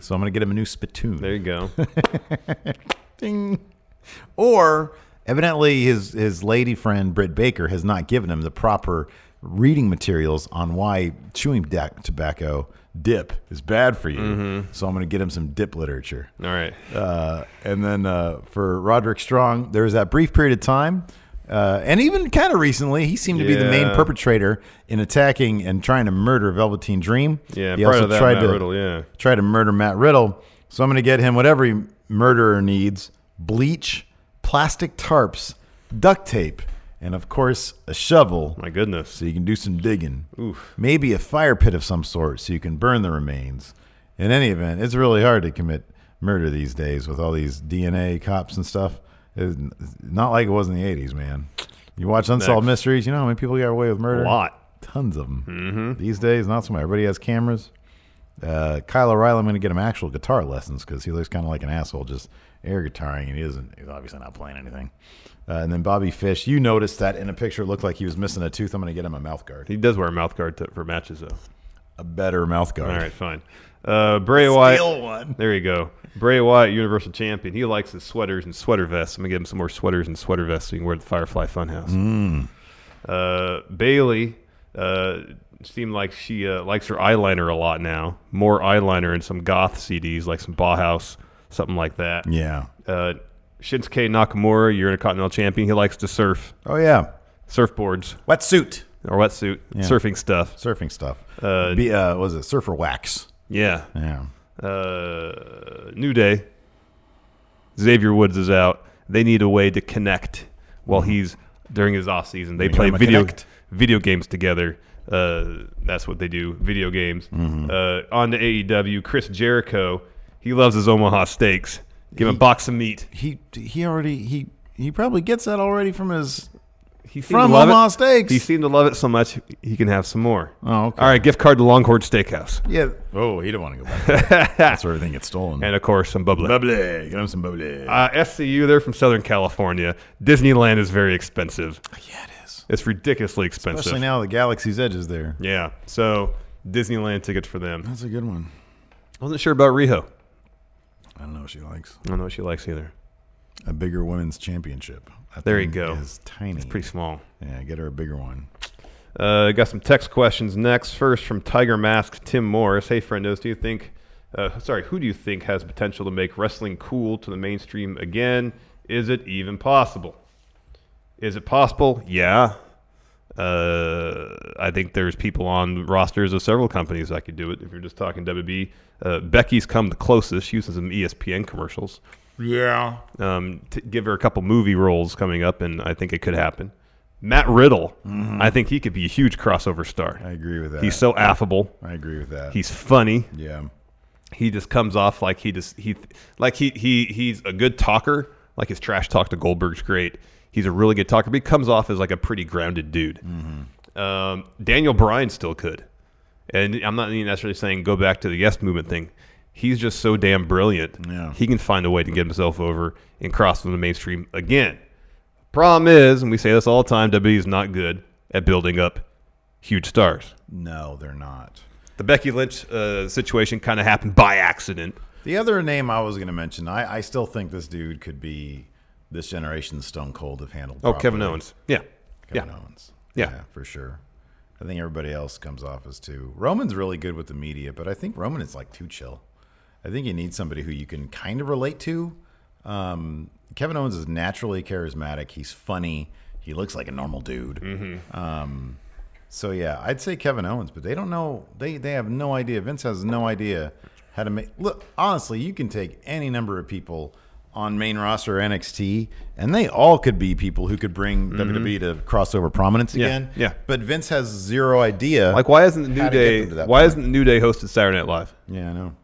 Speaker 1: So I'm going to get him a new spittoon. There
Speaker 2: you go.
Speaker 1: Ding. Or evidently, his his lady friend Britt Baker has not given him the proper reading materials on why chewing da- tobacco dip is bad for you. So I'm going to get him some dip literature.
Speaker 2: All right.
Speaker 1: Uh, and then uh, for Roderick Strong, there was that brief period of time, uh, and even kind of recently, he seemed to be the main
Speaker 2: Yeah.
Speaker 1: perpetrator in attacking and trying to murder Velveteen Dream.
Speaker 2: Yeah,
Speaker 1: he
Speaker 2: prior
Speaker 1: also
Speaker 2: to that,
Speaker 1: tried
Speaker 2: Matt
Speaker 1: to
Speaker 2: Riddle, yeah.
Speaker 1: tried to murder Matt Riddle. So I'm going to get him what every murderer needs: bleach, plastic tarps, duct tape, and of course a shovel.
Speaker 2: My goodness!
Speaker 1: So you can do some digging.
Speaker 2: Oof.
Speaker 1: Maybe a fire pit of some sort, so you can burn the remains. In any event, it's really hard to commit murder these days with all these DNA cops and stuff. It's not like it was in the '80s, man. You watch Unsolved
Speaker 2: Next.
Speaker 1: Mysteries, you know how many people got away with murder?
Speaker 2: A lot.
Speaker 1: tons of them.
Speaker 2: Mm-hmm.
Speaker 1: These days, not so much. Everybody has cameras. Uh, Kyle O'Reilly, I'm going to get him actual guitar lessons because he looks kind of like an asshole just air guitaring, and he isn't. He's obviously not playing anything. Uh, and then Bobby Fish, you noticed that in a picture, it looked like he was missing a tooth. I'm going to get him a mouth guard,
Speaker 2: He does wear a mouth guard to, for matches though.
Speaker 1: a better mouth guard.
Speaker 2: All right, fine. Uh, Bray Wyatt.
Speaker 1: Steal one.
Speaker 2: There you go. Bray Wyatt, Universal Champion. He likes his sweaters and sweater vests. I'm gonna give him some more sweaters and sweater vests so you can wear at the Firefly Funhouse.
Speaker 1: Mm.
Speaker 2: Uh, Bailey uh, seemed like she uh, likes her eyeliner a lot now. More eyeliner and some goth CDs, like some Bauhaus, something like that.
Speaker 1: Yeah.
Speaker 2: Uh, Shinsuke Nakamura, Intercontinental Champion. He likes to surf.
Speaker 1: Oh yeah.
Speaker 2: Surfboards.
Speaker 1: Wetsuit.
Speaker 2: Or wetsuit.
Speaker 1: Yeah.
Speaker 2: Surfing stuff.
Speaker 1: Surfing stuff.
Speaker 2: Uh,
Speaker 1: Be, uh, was it Surfer Wax?
Speaker 2: yeah.
Speaker 1: Yeah.
Speaker 2: Uh, New Day. Xavier Woods is out. They need a way to connect while he's during his off season. They
Speaker 1: Make
Speaker 2: play
Speaker 1: him Mm-hmm. a
Speaker 2: video
Speaker 1: connect.
Speaker 2: video games together. Uh, that's what they do. Video games.
Speaker 1: Mhm.
Speaker 2: Uh, on to AEW. Chris Jericho. He loves his Omaha steaks. Give him a
Speaker 1: He-
Speaker 2: box of meat.
Speaker 1: He he already he he probably gets that already from his
Speaker 2: He seemed
Speaker 1: from
Speaker 2: to love
Speaker 1: Omaha
Speaker 2: it.
Speaker 1: Steaks.
Speaker 2: He seemed to love it so much he can have some more.
Speaker 1: Oh, okay.
Speaker 2: All right, gift card to Longhorn Steakhouse.
Speaker 1: Yeah. Oh, he didn't want to go back. there. That's where everything gets stolen.
Speaker 2: And of course, some bubbly.
Speaker 1: Bubbly. Get him some bubbly.
Speaker 2: Uh, SCU, they're from Southern California. Disneyland is very expensive. Yeah, it is. It's ridiculously expensive.
Speaker 1: Especially now the Galaxy's Edge is there.
Speaker 2: Yeah. So Disneyland tickets for them.
Speaker 1: That's a good one.
Speaker 2: Wasn't sure about Riho.
Speaker 1: I don't know what she likes.
Speaker 2: I don't know what she likes either.
Speaker 1: A bigger women's championship. That
Speaker 2: There you
Speaker 1: thing
Speaker 2: go.
Speaker 1: Is tiny.
Speaker 2: It's pretty small.
Speaker 1: Yeah, get her a bigger one.
Speaker 2: Uh, got some text questions next. First from Tiger Mask Tim Morris. Hey, friendos, do you think? Uh, sorry, who do you think has potential to make wrestling cool to the mainstream again? Is it even possible? Is it possible? Yeah. Uh, I think there's people on rosters of several companies that could do it. If you're just talking WB, uh, Becky's come the closest. She uses some E ESPN commercials.
Speaker 1: Yeah.
Speaker 2: Um, t- give her a couple movie roles coming up, and I think it could happen. Matt Riddle,
Speaker 1: Mhm.
Speaker 2: I think he could be a huge crossover star. I
Speaker 1: agree with that.
Speaker 2: He's so affable.
Speaker 1: I agree with that.
Speaker 2: He's funny.
Speaker 1: Yeah.
Speaker 2: He just comes off like he just he like he he he's a good talker, Like his trash talk to Goldberg's great. He's a really good talker, but he comes off as like a pretty grounded dude. Um, Daniel Bryan still could. And I'm not even necessarily saying go back to the yes movement thing. He's just so damn brilliant. He can find a way to get himself over and cross from the mainstream again. Problem is, and we say this all the time, WWE is not good at building up huge stars.
Speaker 1: No, they're not.
Speaker 2: The Becky Lynch uh, situation kind of happened by accident.
Speaker 1: The other name I was going to mention, I, I still think this dude could be this generation's Stone Cold if handled.
Speaker 2: Oh, Kevin
Speaker 1: properly.
Speaker 2: Owens. Yeah.
Speaker 1: Kevin
Speaker 2: Yeah.
Speaker 1: Owens.
Speaker 2: Yeah.
Speaker 1: for sure. I think everybody else comes off as too. Roman's really good with the media, but I think Roman is like too chill. I think you need somebody who you can kind of relate to. Um, Kevin Owens is naturally charismatic. He's funny. He looks like a normal dude.
Speaker 2: Mm-hmm.
Speaker 1: Um, so yeah, I'd say Kevin Owens, but they don't know. They they have no idea. Vince has no idea how to make. Look, honestly, you can take any number of people on main roster or NXT, and they all could be people who could bring WWE to crossover prominence
Speaker 2: Mm-hmm. Yeah,
Speaker 1: again.
Speaker 2: yeah.
Speaker 1: But Vince has zero idea.
Speaker 2: Like, why isn't the
Speaker 1: how to get
Speaker 2: New Day?
Speaker 1: them to that
Speaker 2: Why
Speaker 1: point.
Speaker 2: isn't the New Day hosted Saturday Night Live?
Speaker 1: Yeah, I know.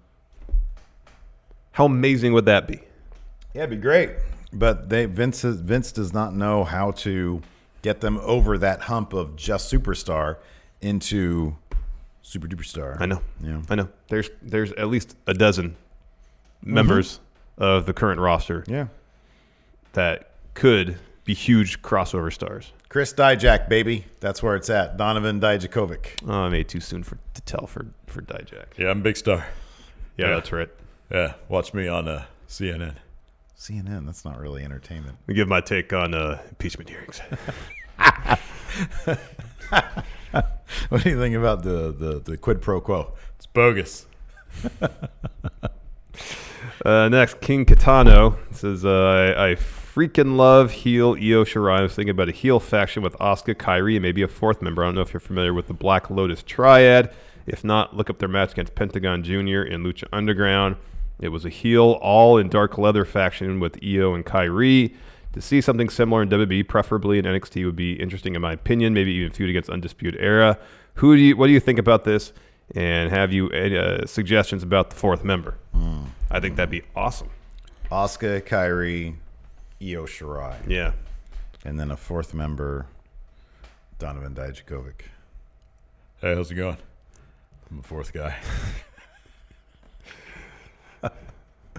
Speaker 2: How amazing would that be?
Speaker 1: Yeah, it'd be great. But they Vince has- Vince does not know how to get them over that hump of just superstar into super duper star.
Speaker 2: I know.
Speaker 1: Yeah.
Speaker 2: I know. There's there's at least a dozen members of the current roster.
Speaker 1: Mm-hmm. Yeah.
Speaker 2: That could be huge crossover stars.
Speaker 1: Chris Dijak, baby. That's where it's at. Donovan Dijakovic.
Speaker 2: Oh, I made too soon for to tell for for Dijak.
Speaker 14: Yeah, I'm a big star.
Speaker 2: Yeah, that's right.
Speaker 14: Yeah, watch me on uh, CNN.
Speaker 1: CNN, that's not really entertainment.
Speaker 2: Let me give my take on uh, impeachment hearings.
Speaker 1: what do you think about the, the, the quid pro quo?
Speaker 14: It's bogus.
Speaker 2: Uh, next, King Kitano says, uh, I, I freaking love heel Io Shirai. I was thinking about a heel faction with Asuka, Kyrie, and maybe a fourth member. I don't know if you're familiar with the Black Lotus Triad. If not, look up their match against Pentagon Jr. in Lucha Underground. It was a heel, all in dark leather faction with Io and Kyrie. To see something similar in WWE, preferably in NXT, would be interesting in my opinion. Maybe even feud against Undisputed Era. Who do you? What do you think about this? And have you any uh, suggestions about the fourth member?
Speaker 1: Hmm.
Speaker 2: I think that'd be awesome.
Speaker 1: Asuka, Kyrie, Io Shirai.
Speaker 2: Yeah.
Speaker 1: And then a fourth member, Donovan Dijakovic.
Speaker 14: Hey, how's it going? I'm the fourth guy.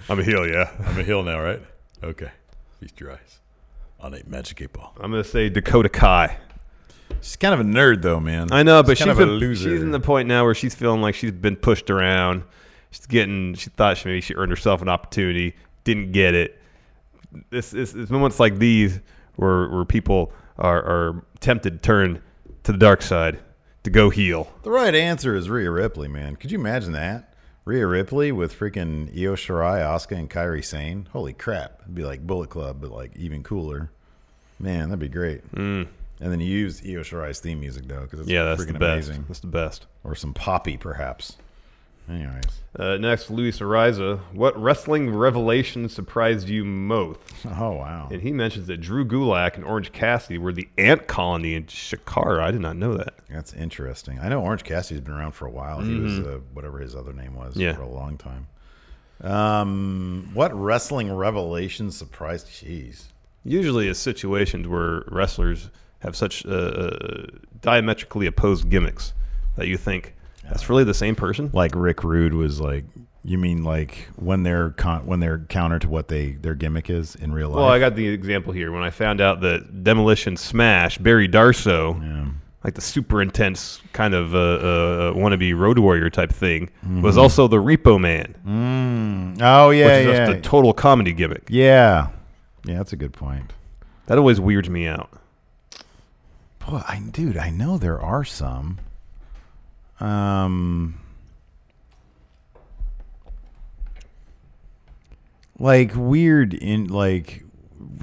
Speaker 2: I'm a heel, yeah.
Speaker 14: I'm a heel now, right? Okay. Feast your eyes on a magic eight ball.
Speaker 2: I'm gonna say Dakota Kai.
Speaker 1: She's kind of a nerd, though, man.
Speaker 2: I know, but
Speaker 1: She's kind
Speaker 2: she's,
Speaker 1: of a
Speaker 2: been-
Speaker 1: loser.
Speaker 2: she's in the point now where she's feeling like she's been pushed around. She's getting. She thought she maybe she earned herself an opportunity, didn't get it. This is it's moments like these where where people are, are tempted to turn to the dark side to go heel.
Speaker 1: The right answer is Rhea Ripley, man. Could you imagine that? Rhea Ripley with freaking Io Shirai, Asuka, and Kyrie Sane. Holy crap. It'd be like Bullet Club, but like even cooler. Man, that'd be great. Mm. And then you use Io Shirai's theme music, though, because it's
Speaker 2: Yeah, that's
Speaker 1: freaking
Speaker 2: the best.
Speaker 1: amazing.
Speaker 2: That's the best.
Speaker 1: Or some poppy, perhaps. Anyways.
Speaker 2: Uh, next, Luis Ariza. What wrestling revelation surprised you most?
Speaker 1: Oh, wow.
Speaker 2: And he mentions that Drew Gulak and Orange Cassidy were the ant colony in Shakara. I did not know that.
Speaker 1: That's interesting. I know Orange Cassidy's been around for a while. He was
Speaker 2: Mhm.
Speaker 1: uh, whatever his other name was
Speaker 2: Yeah.
Speaker 1: for a long time. Um, what wrestling revelation surprised? Jeez.
Speaker 2: Usually, it's situations where wrestlers have such uh, uh, diametrically opposed gimmicks that you think that's really the same person.
Speaker 1: Like Rick Rude was like, you mean like when they're con- when they're counter to what they their gimmick is in real life?
Speaker 2: Well, I got the example here when I found out that Demolition Smash Barry Darso, like the super intense kind of uh, uh, wannabe road warrior type thing, was
Speaker 1: Mhm.
Speaker 2: also the Repo Man.
Speaker 1: Mm. Oh yeah,
Speaker 2: which is
Speaker 1: yeah,
Speaker 2: just a total comedy gimmick.
Speaker 1: yeah, yeah. That's a good point.
Speaker 2: That always weirds me out.
Speaker 1: Boy, I dude, I know there are some. Um, like weird in like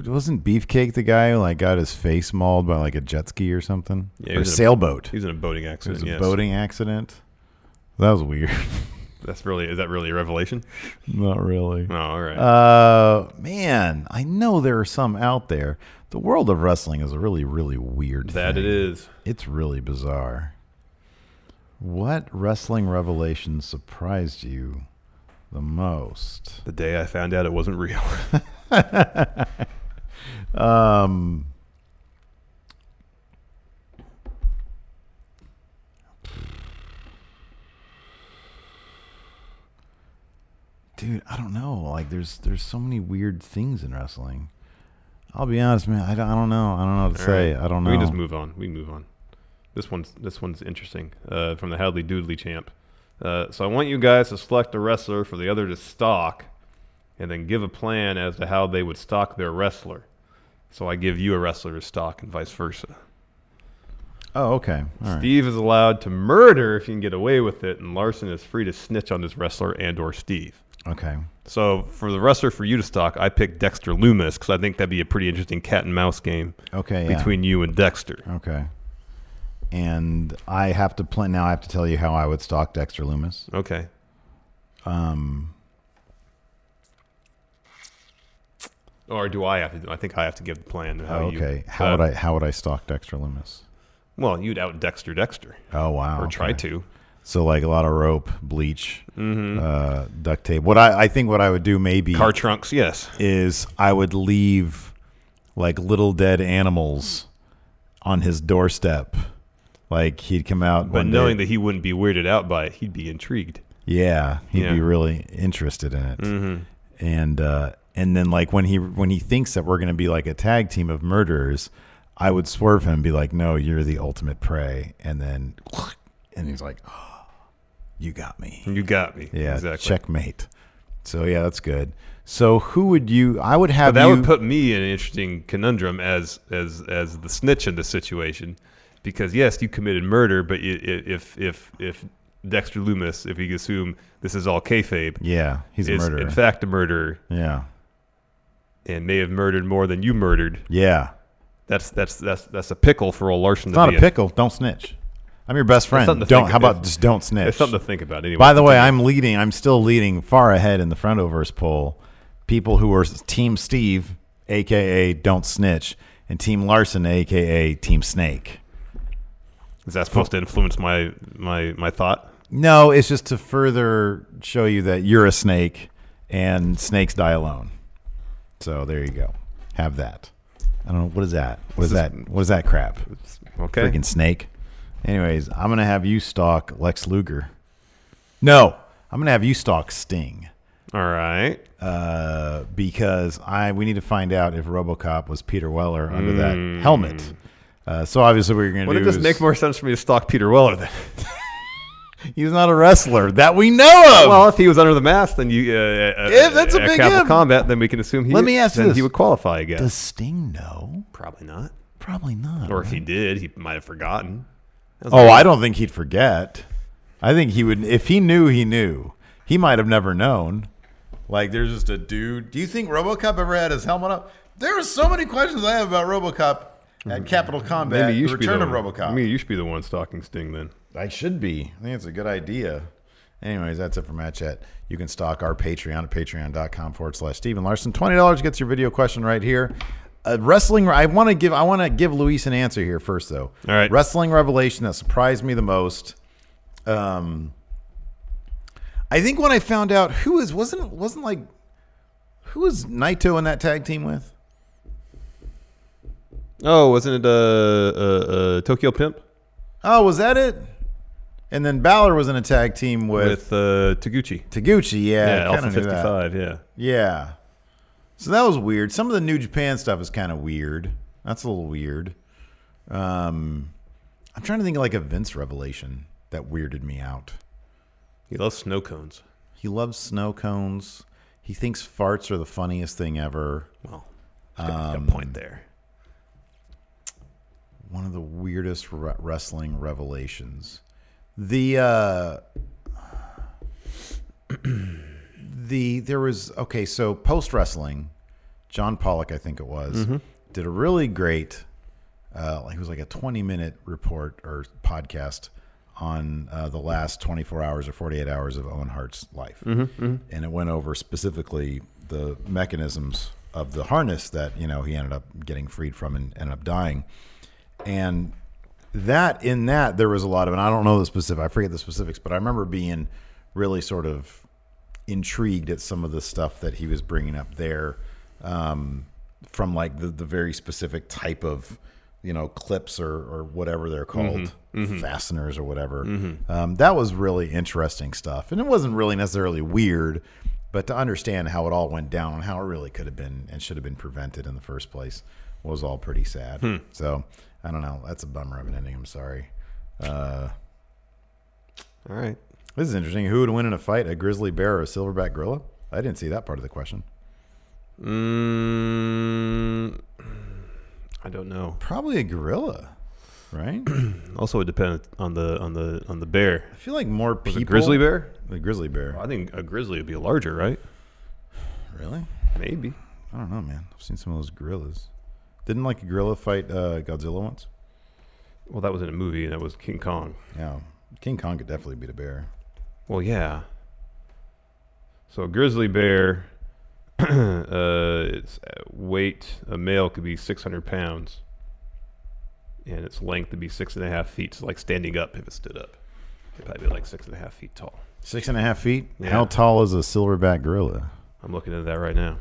Speaker 1: wasn't Beefcake the guy who like got his face mauled by like a jet ski or something?
Speaker 2: Yeah, he
Speaker 1: or
Speaker 2: was in a-
Speaker 1: sailboat.
Speaker 2: he was in a boating accident,
Speaker 1: It was a
Speaker 2: yes.
Speaker 1: boating accident. That was weird.
Speaker 2: That's really is that really a revelation?
Speaker 1: Not really.
Speaker 2: Oh, all right.
Speaker 1: Uh, man, I know there are some out there. The world of wrestling is a really, really weird.
Speaker 2: That
Speaker 1: thing.
Speaker 2: it is.
Speaker 1: It's really bizarre. What wrestling revelation surprised you the most?
Speaker 2: The day I found out it wasn't real.
Speaker 1: um, dude, I don't know. Like, there's there's so many weird things in wrestling. I'll be honest, man. I don't, I don't know. I don't know what to
Speaker 2: All
Speaker 1: say.
Speaker 2: right.
Speaker 1: I don't know.
Speaker 2: We can just move on. We can move on. This one's this one's interesting. Uh, from the Hadley Doodley champ. Uh, so I want you guys to select a wrestler for the other to stalk, and then give a plan as to how they would stalk their wrestler. So I give you a wrestler to stalk, and vice versa.
Speaker 1: Oh, okay. All right.
Speaker 2: Steve is allowed to murder if he can get away with it, and Larson is free to snitch on his wrestler and/or Steve.
Speaker 1: Okay.
Speaker 2: So for the wrestler for you to stalk, I picked Dexter Loomis because I think that'd be a pretty interesting cat and mouse game.
Speaker 1: Okay, yeah.
Speaker 2: Between you and Dexter.
Speaker 1: Okay. And I have to plan now. I have to tell you how I would stalk Dexter Loomis.
Speaker 2: Okay.
Speaker 1: Um,
Speaker 2: Or do I have to? do I think I have to give the plan. How you-
Speaker 1: okay. how would
Speaker 2: uh,
Speaker 1: I how would I stalk Dexter Loomis?
Speaker 2: Well, you'd out Dexter Dexter.
Speaker 1: Oh wow.
Speaker 2: Or
Speaker 1: okay.
Speaker 2: try to.
Speaker 1: So like a lot of rope, bleach, uh, duct tape. What I I think what I would do maybe
Speaker 2: Mm-hmm. Car trunks, yes.
Speaker 1: is I would leave like little dead animals on his doorstep. Like he'd come out,
Speaker 2: But
Speaker 1: one day-
Speaker 2: knowing that he wouldn't be weirded out by it, he'd be intrigued.
Speaker 1: Yeah, he'd
Speaker 2: Yeah.
Speaker 1: be really interested in it.
Speaker 2: Mhm.
Speaker 1: And uh, and then like when he when he thinks that we're gonna be like a tag team of murderers, I would swerve him and be like, "No, you're the ultimate prey." And then and he's like, oh, "You got me."
Speaker 2: You got me.
Speaker 1: Yeah,
Speaker 2: exactly.
Speaker 1: checkmate. So yeah, that's good. So who would you? I would have
Speaker 2: but that
Speaker 1: you.
Speaker 2: would put me in an interesting conundrum as as as the snitch in the situation, because yes, you committed murder, but i- i- if if if Dexter Loomis, if we assume this is all kayfabe,
Speaker 1: Yeah, he's a
Speaker 2: is
Speaker 1: murderer.
Speaker 2: In fact, a murderer,
Speaker 1: yeah,
Speaker 2: and may have murdered more than you murdered.
Speaker 1: yeah.
Speaker 2: That's that's that's that's a pickle for old Larson.
Speaker 1: It's
Speaker 2: to
Speaker 1: not
Speaker 2: be
Speaker 1: a
Speaker 2: in.
Speaker 1: pickle. Don't snitch. I'm your best
Speaker 2: It's
Speaker 1: friend.
Speaker 2: something to
Speaker 1: Don't.
Speaker 2: think-
Speaker 1: how about
Speaker 2: it's-
Speaker 1: just don't snitch?
Speaker 2: it's something to think about anyway.
Speaker 1: By the way,
Speaker 2: Continue.
Speaker 1: I'm leading. I'm still leading far ahead in the front overs poll. People who are Team Steve, aka Don't Snitch, and Team Larson, aka Team Snake.
Speaker 2: Is that supposed to influence my my my thought?
Speaker 1: No, it's just to further show you that you're a snake, and snakes die alone. So there you go. Have that. I don't know what is that. What is
Speaker 2: This
Speaker 1: that?
Speaker 2: is-
Speaker 1: What is that crap?
Speaker 2: Okay.
Speaker 1: Freaking snake. Anyways, I'm gonna have you stalk Lex Luger. No, I'm gonna have you stalk Sting.
Speaker 2: All right.
Speaker 1: Uh, because I we need to find out if RoboCop was Peter Weller under
Speaker 2: Mm.
Speaker 1: that helmet. Uh, so obviously what you're gonna
Speaker 2: Wouldn't
Speaker 1: do
Speaker 2: it just
Speaker 1: is-
Speaker 2: make more sense for me to stalk Peter Weller then?
Speaker 1: He's not a wrestler that we know of.
Speaker 2: Well, if he was under the mask, then you. Uh, uh,
Speaker 1: If that's a
Speaker 2: at
Speaker 1: big
Speaker 2: Capital
Speaker 1: if.
Speaker 2: Combat, then we can assume he.
Speaker 1: Let me ask
Speaker 2: then
Speaker 1: this.
Speaker 2: He would qualify again.
Speaker 1: Does Sting know?
Speaker 2: Probably not.
Speaker 1: Probably not.
Speaker 2: Or if he did, he might have forgotten. That was
Speaker 1: Oh,
Speaker 2: weird.
Speaker 1: I don't think he'd forget. I think he would. If he knew, he knew. He might have never known. Like, there's just a dude. Do you think RoboCop ever had his helmet up? There are so many questions I have about RoboCop at Capital Combat.
Speaker 2: Mm-hmm. Maybe you
Speaker 1: the
Speaker 2: should
Speaker 1: return
Speaker 2: be
Speaker 1: of
Speaker 2: the one-
Speaker 1: RoboCop.
Speaker 2: Maybe you should be the one stalking Sting then.
Speaker 1: I should be. I think it's a good idea. Anyways, that's it for Matt Chat. You can stock our Patreon at patreon.com forward slash Steven Larson. $20 gets your video question right here. Uh, wrestling I want to give I want to give Luis an answer here first though. All right. Wrestling revelation that surprised me the most. Um I think when I found out who is wasn't wasn't like who was Naito in that tag team with?
Speaker 2: Oh, wasn't it uh, uh, uh, Tokyo Pimp
Speaker 1: Oh, was that it? And then Balor was in a tag team with
Speaker 2: with uh, Taguchi?
Speaker 1: Taguchi, yeah,
Speaker 2: yeah,
Speaker 1: kinda
Speaker 2: Alpha
Speaker 1: knew
Speaker 2: Fifty
Speaker 1: that.
Speaker 2: Five. Yeah.
Speaker 1: Yeah. So that was weird. Some of the New Japan stuff is kind of weird. That's a little weird. Um, I'm trying to think of like a Vince revelation that weirded me out.
Speaker 2: He loves snow cones.
Speaker 1: He loves snow cones. He thinks farts are the funniest thing ever.
Speaker 2: Well,
Speaker 1: got
Speaker 2: a point there.
Speaker 1: One of the weirdest re- wrestling revelations. The uh, the there was okay. So post wrestling, John Pollock, I think it was,
Speaker 2: Mhm.
Speaker 1: did a really great. Uh, like it was like a twenty minute report or podcast on uh, the last twenty four hours or forty eight hours of Owen Hart's life,
Speaker 2: Mhm, mhm.
Speaker 1: and it went over specifically the mechanisms of the harness that you know he ended up getting freed from and ended up dying, and that in that there was a lot of and I don't know the specific I forget the specifics but I remember being really sort of intrigued at some of the stuff that he was bringing up there um, from like the, the very specific type of you know clips or, or whatever they're called
Speaker 2: Mhm, mhm.
Speaker 1: fasteners or whatever
Speaker 2: Mhm.
Speaker 1: um, that was really interesting stuff and it wasn't really necessarily weird but to understand how it all went down and how it really could have been and should have been prevented in the first place was all pretty sad
Speaker 2: Hmm.
Speaker 1: so i don't know that's a bummer of an ending i'm sorry uh, all right this is interesting who would win in a fight a grizzly bear or a silverback gorilla i didn't see that part of the question
Speaker 2: Mm, I don't know.
Speaker 1: Probably a gorilla, right?
Speaker 2: also, it depends on the on the on the bear. I
Speaker 1: feel like more
Speaker 2: Was
Speaker 1: people-
Speaker 2: A grizzly bear.
Speaker 1: The grizzly bear.
Speaker 2: I think a grizzly would be larger, right?
Speaker 1: Really?
Speaker 2: Maybe.
Speaker 1: I don't know, man. I've seen some of those gorillas. Didn't like a gorilla fight uh, Godzilla once?
Speaker 2: Well, that was in a movie, and that was King Kong.
Speaker 1: Yeah, King Kong could definitely beat a bear.
Speaker 2: Well, yeah. So a grizzly bear, uh, its weight, a male could be 600 pounds, and its length would be six and a half feet. So like standing up, if it stood up, it'd probably be like six and a half feet tall.
Speaker 1: Six and a half feet.
Speaker 2: Yeah.
Speaker 1: How tall is a silverback gorilla?
Speaker 2: I'm looking at that right now.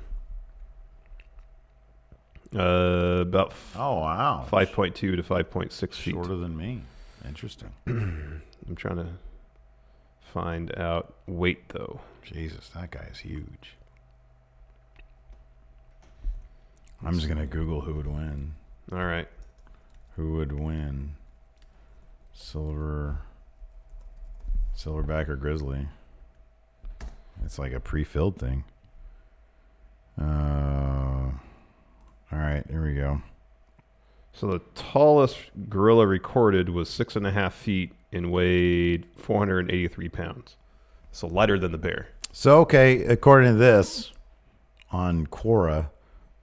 Speaker 2: Uh, about
Speaker 1: oh wow,
Speaker 2: five point two to five point six feet. Shorter
Speaker 1: than me. Interesting.
Speaker 2: I'm trying to find out weight though.
Speaker 1: Jesus, that guy is huge. I'm just gonna Google who would win.
Speaker 2: All right.
Speaker 1: Who would win? Silver, silverback or grizzly? It's like a pre-filled thing. Uh, all right, here we go.
Speaker 2: So the tallest gorilla recorded was six and a half feet and weighed 483 pounds. So lighter than the bear.
Speaker 1: So okay, according to this, on Quora,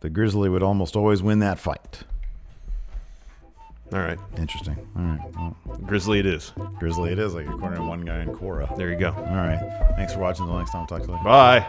Speaker 1: the grizzly would almost always win that fight.
Speaker 2: All right.
Speaker 1: Interesting. All right. well.
Speaker 2: Grizzly it is.
Speaker 1: Grizzly it is, like according to one guy in Quora.
Speaker 2: There you go.
Speaker 1: All right. Thanks for watching. Until next time, talk to you later.
Speaker 2: Bye.